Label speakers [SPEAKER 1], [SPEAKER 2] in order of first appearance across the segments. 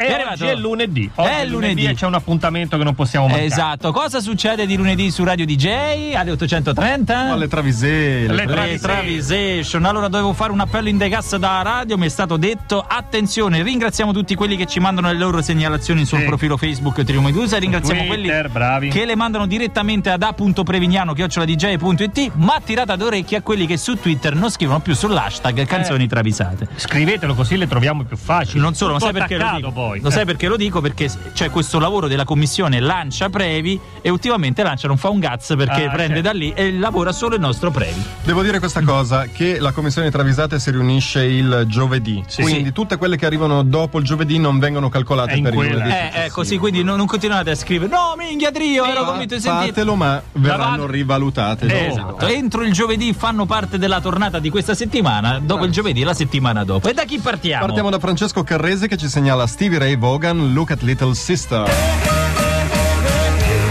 [SPEAKER 1] Oggi è lunedì. Oggi
[SPEAKER 2] È
[SPEAKER 1] è lunedì
[SPEAKER 2] lunedì.
[SPEAKER 1] e c'è un appuntamento che non possiamo mancare.
[SPEAKER 2] Esatto, cosa succede di lunedì su Radio DJ alle 830?
[SPEAKER 3] Ma le travisele.
[SPEAKER 1] Le tra-
[SPEAKER 2] Le Travisation. Allora dovevo fare un appello in degas da radio, mi è stato detto attenzione, ringraziamo tutti quelli che ci mandano le loro segnalazioni sul
[SPEAKER 1] Sì.
[SPEAKER 2] profilo Facebook Triumo Medusa, ringraziamo
[SPEAKER 1] Twitter,
[SPEAKER 2] quelli
[SPEAKER 1] bravi.
[SPEAKER 2] che le mandano direttamente ad a.prevignano@dj.it, ma tirata d'orecchia a quelli che su Twitter non scrivono più sull'hashtag canzoni travisate.
[SPEAKER 1] Scrivetelo così le troviamo più facili.
[SPEAKER 2] Non solo, ma
[SPEAKER 1] Tutto
[SPEAKER 2] sai perché lo
[SPEAKER 1] attaccato
[SPEAKER 2] dico?
[SPEAKER 1] poi.
[SPEAKER 2] Lo sai perché lo dico? Perché s- c'è questo lavoro della commissione Lancia Previ e ultimamente Lancia non fa un cazzo perché
[SPEAKER 1] Ah,
[SPEAKER 2] prende
[SPEAKER 1] certo.
[SPEAKER 2] da lì e lavora solo il nostro Previ.
[SPEAKER 3] Devo dire questa cosa, che la commissione travisate si riunisce il giovedì,
[SPEAKER 1] Sì.
[SPEAKER 3] quindi tutte quelle che arrivano dopo il giovedì non vengono
[SPEAKER 1] È
[SPEAKER 3] calcolate
[SPEAKER 1] in
[SPEAKER 3] per il
[SPEAKER 1] quella.
[SPEAKER 3] lunedì.
[SPEAKER 1] Eh,
[SPEAKER 2] Eh, eh, così, quindi non, non continuate a scrivere. No, minchia trio, ero convinto di sentire.
[SPEAKER 3] Fatelo, ma verranno
[SPEAKER 2] Davanti-
[SPEAKER 1] Eh,
[SPEAKER 3] rivalutate dopo.
[SPEAKER 2] Esatto. Entro il giovedì fanno parte della tornata di questa settimana, dopo il giovedì la settimana dopo. E da chi partiamo?
[SPEAKER 3] Partiamo da Francesco Carrese che ci segnala Stevie Ray Vaughan, Look at Little Sister.
[SPEAKER 1] Eh,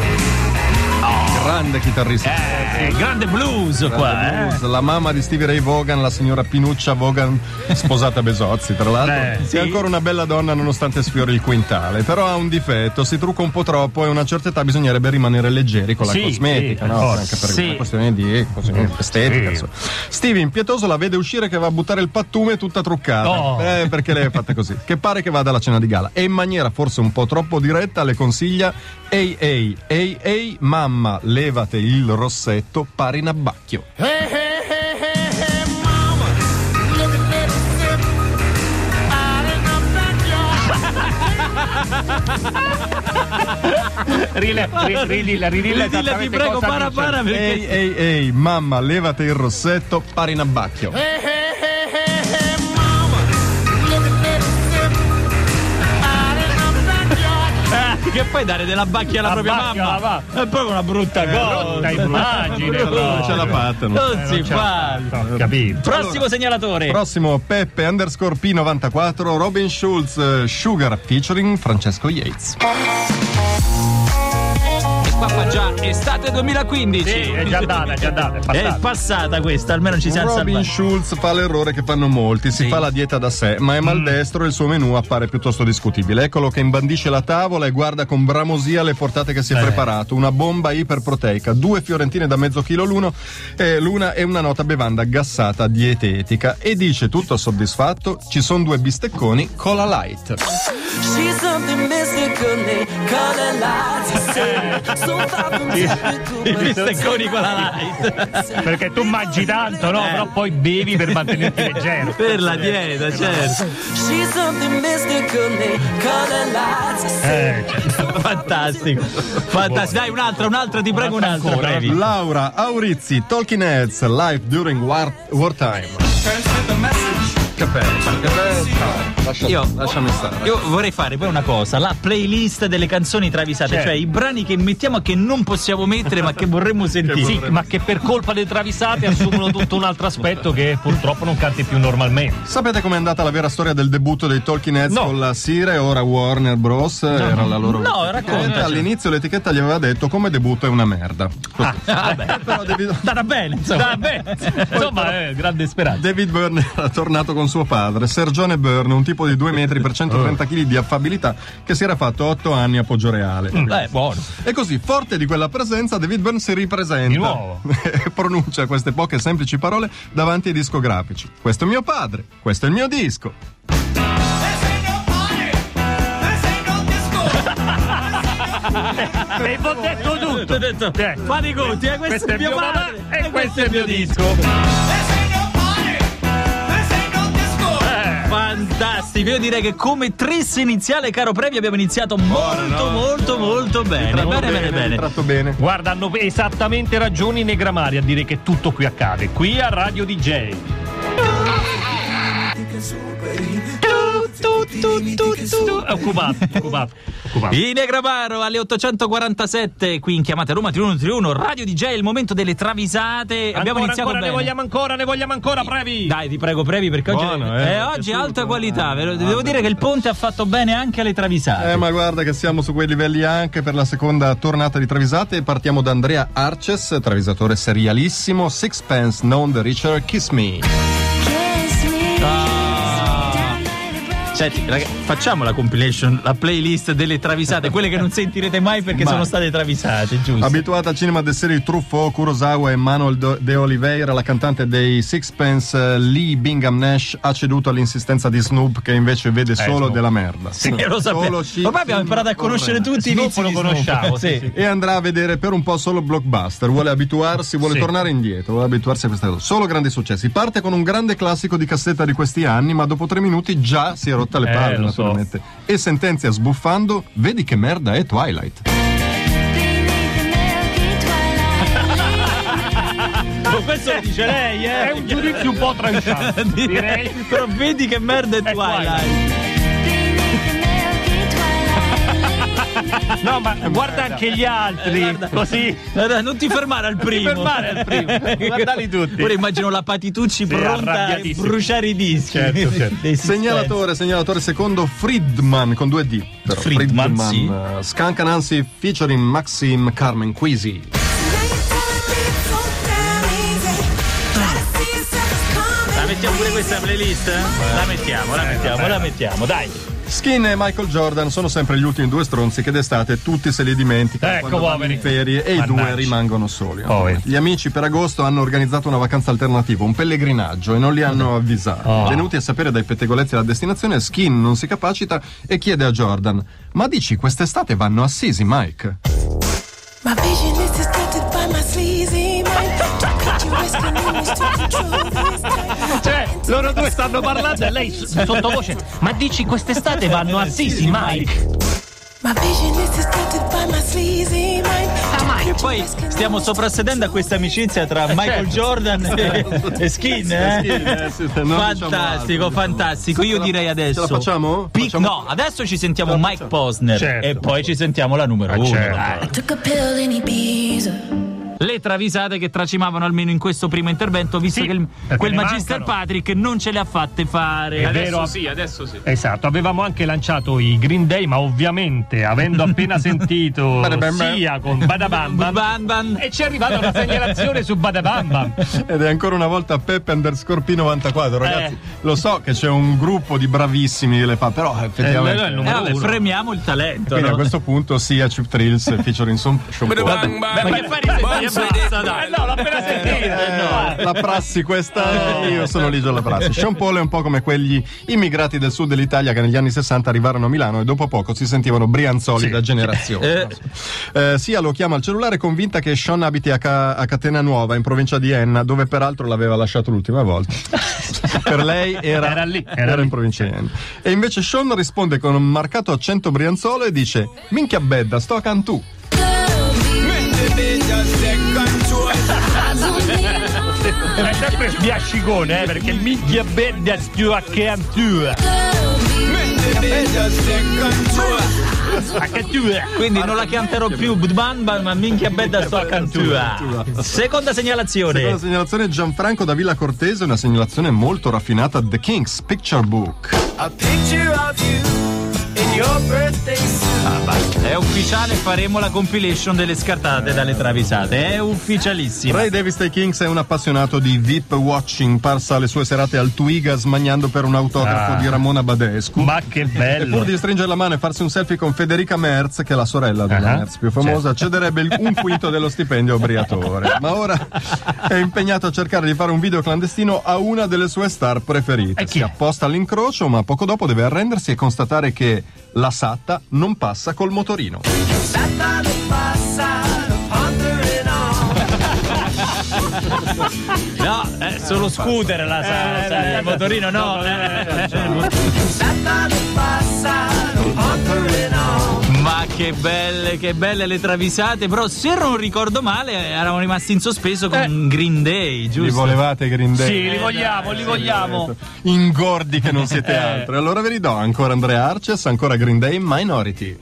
[SPEAKER 1] eh,
[SPEAKER 3] Grande chitarrista.
[SPEAKER 2] Eh, grande blues
[SPEAKER 1] Ecco
[SPEAKER 2] qua, eh.
[SPEAKER 3] Blues, La mamma di Stevie Ray Vaughan, la signora Pinuccia Vaughan, sposata a Besozzi, tra l'altro.
[SPEAKER 1] Beh,
[SPEAKER 3] è
[SPEAKER 1] Eh, sì.
[SPEAKER 3] ancora una bella donna nonostante sfiori il quintale, però ha un difetto, si trucca un po' troppo e a una certa età bisognerebbe rimanere leggeri con la
[SPEAKER 1] Sì,
[SPEAKER 3] cosmetica,
[SPEAKER 1] sì,
[SPEAKER 3] no?
[SPEAKER 1] per forza.
[SPEAKER 3] Anche per
[SPEAKER 2] Sì.
[SPEAKER 3] una questione di questione estetica.
[SPEAKER 1] Sì.
[SPEAKER 3] insomma. Stevie impietoso la vede uscire che va a buttare il pattume tutta truccata.
[SPEAKER 1] Oh.
[SPEAKER 3] Eh, perché lei è fatta così. Che pare che vada alla cena di gala e in maniera forse un po' troppo diretta le consiglia Ehi ehi, ehi ehi, mamma, levate il rossetto, pari in abbacchio.
[SPEAKER 4] Hey, hey, hey, hey, hey, mama. Look at that zip. Out in the backyard.
[SPEAKER 1] Rile- ri- ridilla, ridilla
[SPEAKER 2] Ridilla, ti
[SPEAKER 1] esattamente
[SPEAKER 2] prego,
[SPEAKER 1] cosa
[SPEAKER 2] para,
[SPEAKER 1] dice.
[SPEAKER 2] para, perché
[SPEAKER 3] Ehi, ehi, ehi, mamma, levate il rossetto, pari in abbacchio.
[SPEAKER 4] Hey, hey, hey, hey, hey, mama. Look at that zip. Out in the backyard.
[SPEAKER 2] Eh, che puoi dare della bacchia alla
[SPEAKER 1] La
[SPEAKER 2] propria
[SPEAKER 1] bacchia,
[SPEAKER 2] mamma?
[SPEAKER 1] la Eh,
[SPEAKER 2] È proprio una brutta cosa.
[SPEAKER 1] Brutta immagine,
[SPEAKER 3] Non ce la fattano.
[SPEAKER 1] Eh,
[SPEAKER 2] Non si fa.
[SPEAKER 1] Ho Capito.
[SPEAKER 2] Prossimo segnalatore.
[SPEAKER 3] Prossimo Peppe underscore P94 Robin Schulz eh, Sugar featuring Francesco Yates.
[SPEAKER 2] e qua fa già estate 2015.
[SPEAKER 1] Sì, Eh, è già andata, è già andata, è passata.
[SPEAKER 2] È passata questa, almeno ci siamo
[SPEAKER 3] Robin
[SPEAKER 2] salvati.
[SPEAKER 3] Schulz fa l'errore che fanno molti, si
[SPEAKER 2] Sì.
[SPEAKER 3] fa la dieta da sé, ma è maldestro e il suo menù appare piuttosto discutibile. Eccolo che imbandisce la tavola e guarda con bramosia le portate che si è preparato, una bomba iperproteica, due fiorentine da mezzo chilo l'uno, eh, l'una e una nota bevanda gassata dietetica e dice tutto soddisfatto, ci sono due bistecconi cola light.
[SPEAKER 5] She's something mystical, they call her lies. So far from typical,
[SPEAKER 2] I
[SPEAKER 5] but
[SPEAKER 2] bistecconi con la light.
[SPEAKER 1] Perché tu mangi tanto, no? Però poi bevi per mantenerti leggero.
[SPEAKER 2] per la dieta, certo.
[SPEAKER 5] she's something mystical, they call her lies.
[SPEAKER 1] Eh,
[SPEAKER 2] Fantastico. Fantastico. Dai, un'altra, un'altra, ti prego,
[SPEAKER 1] Un'altra
[SPEAKER 2] un'altra.
[SPEAKER 1] ancora.
[SPEAKER 2] Previ.
[SPEAKER 3] Laura Aurizzi, Talking Heads, live during war- wartime. Che bello, che bello. Lascia-
[SPEAKER 2] Io-
[SPEAKER 3] lasciami stare.
[SPEAKER 2] Io vorrei fare poi una cosa, la playlist delle canzoni travisate,
[SPEAKER 1] Certo.
[SPEAKER 2] cioè i brani che mettiamo che non possiamo mettere ma che vorremmo sentire.
[SPEAKER 1] Sì, ma che per colpa dei travisate assumono tutto un altro aspetto che purtroppo non canti più normalmente.
[SPEAKER 3] Sapete com'è andata la vera storia del debutto dei Talking Heads
[SPEAKER 1] No.
[SPEAKER 3] con la Sire, ora Warner Bros? Era la loro
[SPEAKER 2] No,
[SPEAKER 3] etichetta.
[SPEAKER 2] raccontaci.
[SPEAKER 3] All'inizio l'etichetta gli aveva detto come debutto è una merda. Così.
[SPEAKER 2] Ah, Vabbè.
[SPEAKER 3] Però David,
[SPEAKER 2] Andrà bene, insomma.
[SPEAKER 1] Vabbè, Insomma, eh, grande speranza.
[SPEAKER 3] David Byrne era tornato con suo padre, Sergione Byrne, un tipo di 2 metri per 130 kg di affabilità che si era fatto 8 anni a Poggio Reale.
[SPEAKER 1] Mm.
[SPEAKER 2] Eh, buono.
[SPEAKER 3] E così, forte di quella presenza, David Byrne si ripresenta.
[SPEAKER 1] Di nuovo.
[SPEAKER 3] E pronuncia queste poche semplici parole davanti ai discografici. Questo è mio padre, questo è il mio disco.
[SPEAKER 1] E vi ho detto tutto.
[SPEAKER 2] Ho detto,
[SPEAKER 1] Eh,
[SPEAKER 2] fate i conti, eh, questo, è mio padre
[SPEAKER 1] e questo è il mio disco. Eh,
[SPEAKER 2] Fantastico, io direi che come tris iniziale, caro Previ, abbiamo iniziato molto, molto, molto bene.
[SPEAKER 3] Tratto
[SPEAKER 2] Bene, bene, bene.
[SPEAKER 3] Tratto bene.
[SPEAKER 1] Guarda, hanno esattamente ragione i negramari a dire che tutto qui accade. Qui a Radio DJ.
[SPEAKER 2] Tu, tu, tu, tu.
[SPEAKER 1] È Eh, occupato, occupato, occupato.
[SPEAKER 2] I Negramaro alle 847 qui in chiamata Roma 3131 Radio DJ è il momento delle travisate
[SPEAKER 1] Ancora,
[SPEAKER 2] abbiamo iniziato
[SPEAKER 1] ancora, ne
[SPEAKER 2] bene
[SPEAKER 1] vogliamo ancora, ne vogliamo ancora, previ.
[SPEAKER 2] dai ti prego previ perché oggi,
[SPEAKER 3] Buono,
[SPEAKER 2] eh,
[SPEAKER 3] eh, mi è
[SPEAKER 2] oggi è
[SPEAKER 3] piaciuto,
[SPEAKER 2] alta qualità
[SPEAKER 3] eh.
[SPEAKER 2] ve lo- devo dire che il ponte ha fatto bene anche alle travisate
[SPEAKER 3] Eh, ma guarda che siamo su quei livelli anche per la seconda tornata di Travisate. e Partiamo da Andrea Arces, travisatore serialissimo, Sixpence, Non the Richer, Kiss Me.
[SPEAKER 6] Kiss me.
[SPEAKER 2] Ah.
[SPEAKER 6] Down by the road.
[SPEAKER 2] Senti, raga, facciamo la compilation, la playlist delle travisate, quelle che non sentirete mai perché
[SPEAKER 3] Mai.
[SPEAKER 2] sono state travisate, giusto?
[SPEAKER 3] Abituata al cinema del serie Truffo, Kurosawa e Manuel Do- De Oliveira, la cantante dei Sixpence, eh, Lee Bingham Nash, ha ceduto all'insistenza di Snoop, che invece vede solo
[SPEAKER 1] Snoop.
[SPEAKER 3] della merda.
[SPEAKER 2] Sì, lo sapevo.
[SPEAKER 3] Solo shit,
[SPEAKER 2] Ormai abbiamo
[SPEAKER 3] film
[SPEAKER 2] imparato a conoscere
[SPEAKER 3] orrendo.
[SPEAKER 2] tutti i
[SPEAKER 1] Snoop
[SPEAKER 2] vizi
[SPEAKER 1] lo
[SPEAKER 2] di Snoop.
[SPEAKER 1] conosciamo, sì,
[SPEAKER 2] Sì.
[SPEAKER 1] sì.
[SPEAKER 3] E andrà a vedere per un po' solo blockbuster. Vuole abituarsi, vuole
[SPEAKER 1] Sì.
[SPEAKER 3] tornare indietro, vuole abituarsi a questa cosa. Solo grandi successi. Parte con un grande classico di cassetta di questi anni, ma dopo tre minuti già si è rotta le
[SPEAKER 1] Eh,
[SPEAKER 3] palle,
[SPEAKER 1] lo so.
[SPEAKER 3] naturalmente. E sentenzia sbuffando: Vedi che merda è Twilight.
[SPEAKER 2] Ma questo lo dice lei, eh?
[SPEAKER 1] È un giudizio un po' travisante, direi.
[SPEAKER 2] Però vedi che merda è
[SPEAKER 1] È Twilight.
[SPEAKER 2] Twilight.
[SPEAKER 1] No, ma guarda
[SPEAKER 2] Eh,
[SPEAKER 1] anche gli altri, così.
[SPEAKER 2] Guarda, Non ti fermare al primo.
[SPEAKER 1] fermare al primo. Guardali tutti.
[SPEAKER 2] Ora immagino la Patitucci pronta a
[SPEAKER 1] arrabbiatissima.
[SPEAKER 2] bruciare i dischi.
[SPEAKER 1] Certo, certo.
[SPEAKER 2] Dei Sixpence.
[SPEAKER 3] Segnalatore, segnalatore secondo Friedman con due D. Però.
[SPEAKER 2] Friedman, sì.
[SPEAKER 3] eh, Skank Nancy featuring Maxim Carmen Quisi.
[SPEAKER 2] La mettiamo pure questa playlist? eh? La mettiamo,
[SPEAKER 1] Eh,
[SPEAKER 2] la mettiamo, la mettiamo, dai.
[SPEAKER 3] Skin e Michael Jordan sono sempre gli ultimi due stronzi che d'estate tutti se li dimenticano
[SPEAKER 1] Ecco,
[SPEAKER 3] quando vanno
[SPEAKER 1] poveri.
[SPEAKER 3] in ferie e i
[SPEAKER 1] Mannaggia.
[SPEAKER 3] due rimangono soli.
[SPEAKER 1] Poveri.
[SPEAKER 3] Gli amici per agosto hanno organizzato una vacanza alternativa, un pellegrinaggio e non li hanno avvisati.
[SPEAKER 1] Oh.
[SPEAKER 3] Venuti a sapere dai pettegolezzi la destinazione, Skin non si capacita e chiede a Jordan: "Ma dici quest'estate vanno a Sisi, Mike?"
[SPEAKER 6] My vision is distorted by my sleazy mind. Picture risking image to control this night.
[SPEAKER 1] Cioè, loro due stanno parlando e lei s- sottovoce. Ma dici quest'estate vanno a Sisi, Mike?
[SPEAKER 6] My vision is distorted by my sleazy mind.
[SPEAKER 2] E poi stiamo soprassedendo a questa amicizia tra
[SPEAKER 1] Eh,
[SPEAKER 2] Michael
[SPEAKER 1] certo.
[SPEAKER 2] Jordan e, e Skin,
[SPEAKER 3] Skin,
[SPEAKER 2] eh?
[SPEAKER 3] eh, sì, se no, diciamo altro,
[SPEAKER 2] Fantastico,
[SPEAKER 3] diciamo.
[SPEAKER 2] fantastico. Io
[SPEAKER 3] Ce la-
[SPEAKER 2] direi adesso.
[SPEAKER 3] ce la facciamo?
[SPEAKER 2] Pic-
[SPEAKER 3] Facciamo-
[SPEAKER 2] No, adesso ci sentiamo Mike Posner
[SPEAKER 1] Certo.
[SPEAKER 2] e poi ci sentiamo la
[SPEAKER 1] Ah,
[SPEAKER 2] numero uno. dai.
[SPEAKER 6] Took a pill in Ibiza.
[SPEAKER 2] Le travisate che tracimavano almeno in questo primo intervento, visto
[SPEAKER 1] Sì,
[SPEAKER 2] che il-
[SPEAKER 1] perché
[SPEAKER 2] quel
[SPEAKER 1] ne
[SPEAKER 2] Magister
[SPEAKER 1] mancano.
[SPEAKER 2] Patrick non ce le ha fatte fare.
[SPEAKER 1] È vero,
[SPEAKER 7] Sì, adesso sì.
[SPEAKER 1] Esatto, avevamo anche lanciato i Green Day, ma ovviamente avendo appena sentito
[SPEAKER 3] Bada bam bam.
[SPEAKER 1] sia con Badabamba
[SPEAKER 2] Ban ban.
[SPEAKER 1] e ci è arrivata una segnalazione su Badabamba.
[SPEAKER 3] Ed è ancora una volta Peppe underscore P94. Ragazzi,
[SPEAKER 1] Eh.
[SPEAKER 3] lo so che c'è un gruppo di bravissimi che le fa, però
[SPEAKER 1] Eh, no, no,
[SPEAKER 3] effettivamente.
[SPEAKER 1] è il
[SPEAKER 2] Eh,
[SPEAKER 1] numero
[SPEAKER 2] vabbè,
[SPEAKER 1] uno.
[SPEAKER 2] premiamo il talento.
[SPEAKER 3] Quindi a
[SPEAKER 2] no?
[SPEAKER 3] questo punto sia Chip Trills featuring Sean Paul.
[SPEAKER 2] Ma che fai risentire basta, dai.
[SPEAKER 1] Eh no, l'ho appena
[SPEAKER 3] Eh,
[SPEAKER 1] sentita. eh, no.
[SPEAKER 3] la prassi questa io sono ligio alla prassi Sean Paul è un po' come quegli immigrati del sud dell'Italia che negli anni 60 arrivarono a Milano e dopo poco si sentivano brianzoli da generazione Eh, Sia lo chiama al cellulare convinta che Sean abiti a, Ca- a Catena Nuova in provincia di Enna dove peraltro l'aveva lasciato l'ultima volta per lei era,
[SPEAKER 1] Era lì, era
[SPEAKER 3] era
[SPEAKER 1] lì.
[SPEAKER 3] in provincia di Enna e invece Sean risponde con un marcato accento brianzolo e dice minchia bedda sto a Cantù
[SPEAKER 1] È sempre sbiascicone, eh, perché minchia bella stua che antua. A che tu è?
[SPEAKER 2] Quindi non la canterò più, ban ban, ma minchia bella sto a cantua. Seconda
[SPEAKER 3] Seconda
[SPEAKER 2] segnalazione.
[SPEAKER 3] segnalazione Gianfranco da Villa Cortese, una segnalazione molto raffinata The King's Picture Book.
[SPEAKER 5] A picture of you in your birthday suit.
[SPEAKER 2] Ah, È ufficiale, faremo la compilation delle scartate dalle travisate. È ufficialissima.
[SPEAKER 3] Ray Davis dei Kings è un appassionato di VIP watching, parsa le sue serate al Twiga smagnando per un autografo
[SPEAKER 1] Ah.
[SPEAKER 3] di Ramona Badescu.
[SPEAKER 1] Ma che
[SPEAKER 3] E pur
[SPEAKER 1] bello.
[SPEAKER 3] di stringere la mano e farsi un selfie con Federica Merz, che è la sorella della
[SPEAKER 1] Ah.
[SPEAKER 3] Merz più famosa, cederebbe il- un quinto dello stipendio a Briatore. Ma ora è impegnato a cercare di fare un video clandestino a una delle sue star preferite.
[SPEAKER 1] E chi
[SPEAKER 3] Si
[SPEAKER 1] è?
[SPEAKER 3] apposta all'incrocio, ma poco dopo deve arrendersi e constatare che la satta non passa col motorino.
[SPEAKER 5] Sat on my side, pondering on.
[SPEAKER 2] No, è solo scooter la
[SPEAKER 1] eh,
[SPEAKER 2] sa, sa, il motorino no.
[SPEAKER 5] Sat on my side, pondering on.
[SPEAKER 2] eh. Ma che belle, che belle le travisate. Però se non ricordo male eravamo rimasti in sospeso con Green Day,
[SPEAKER 3] Li
[SPEAKER 2] giusto?
[SPEAKER 3] volevate Green Day?
[SPEAKER 1] Sì, li vogliamo,
[SPEAKER 2] eh,
[SPEAKER 1] li vogliamo. Eh.
[SPEAKER 3] Ingordi che non siete altro. E Allora ve li do ancora Andrea Arces, ancora Green Day, Minority.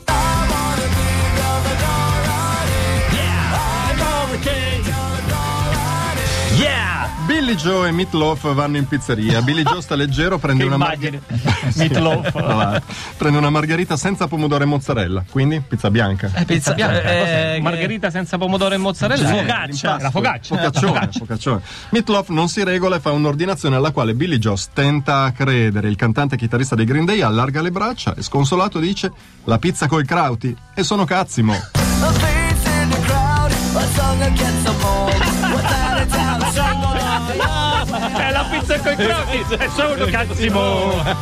[SPEAKER 2] Yeah!
[SPEAKER 3] Billy Billy Joe e Meatloaf vanno in pizzeria. Billy Joe sta leggero, prende
[SPEAKER 1] Che Eh,
[SPEAKER 3] una
[SPEAKER 1] immagine.
[SPEAKER 3] Sì.
[SPEAKER 1] Meatloaf.
[SPEAKER 3] Va là. Prende una margherita senza pomodoro e mozzarella, quindi pizza
[SPEAKER 1] Eh,
[SPEAKER 3] bianca.
[SPEAKER 2] Pizza bianca,
[SPEAKER 1] Cos'è?
[SPEAKER 2] eh,
[SPEAKER 1] Margherita senza pomodoro e mozzarella. Focaccia.
[SPEAKER 3] l'impasto.
[SPEAKER 1] La focaccia.
[SPEAKER 3] Focaccione, focaccione. Meatloaf non si regola e fa un'ordinazione alla quale Billy Joss tenta a credere. Il cantante e chitarrista dei Green Day allarga le braccia e sconsolato dice la pizza coi crauti e sono cazzimo.
[SPEAKER 5] A face in the crowd, a song against the mold. What's out of town, someone on the yard.
[SPEAKER 1] È Eh, la pizza con i crocchi. È solo cazzimo.
[SPEAKER 5] A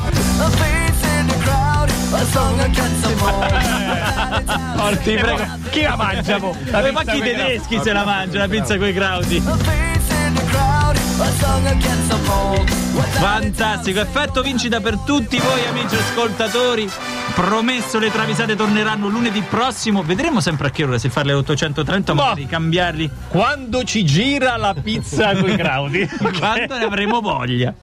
[SPEAKER 5] face in the crowd, a song against the mold. What's out of town,
[SPEAKER 1] Ti prego. Chi la mangia? mo? La pizza
[SPEAKER 2] eh, ma chi i
[SPEAKER 1] coi crocchi?
[SPEAKER 2] tedeschi se la mangia la pizza coi crauti?
[SPEAKER 5] a face in the crowd, a song against the mold. What's out of town,
[SPEAKER 2] Fantastico, effetto vincita per tutti voi amici ascoltatori. Promesso le travisate torneranno lunedì prossimo. Vedremo sempre a che ora se farle alle 830 ma
[SPEAKER 1] Boh.
[SPEAKER 2] magari cambiarli
[SPEAKER 1] Quando ci gira la pizza con i crowdi.
[SPEAKER 2] quando ne avremo voglia.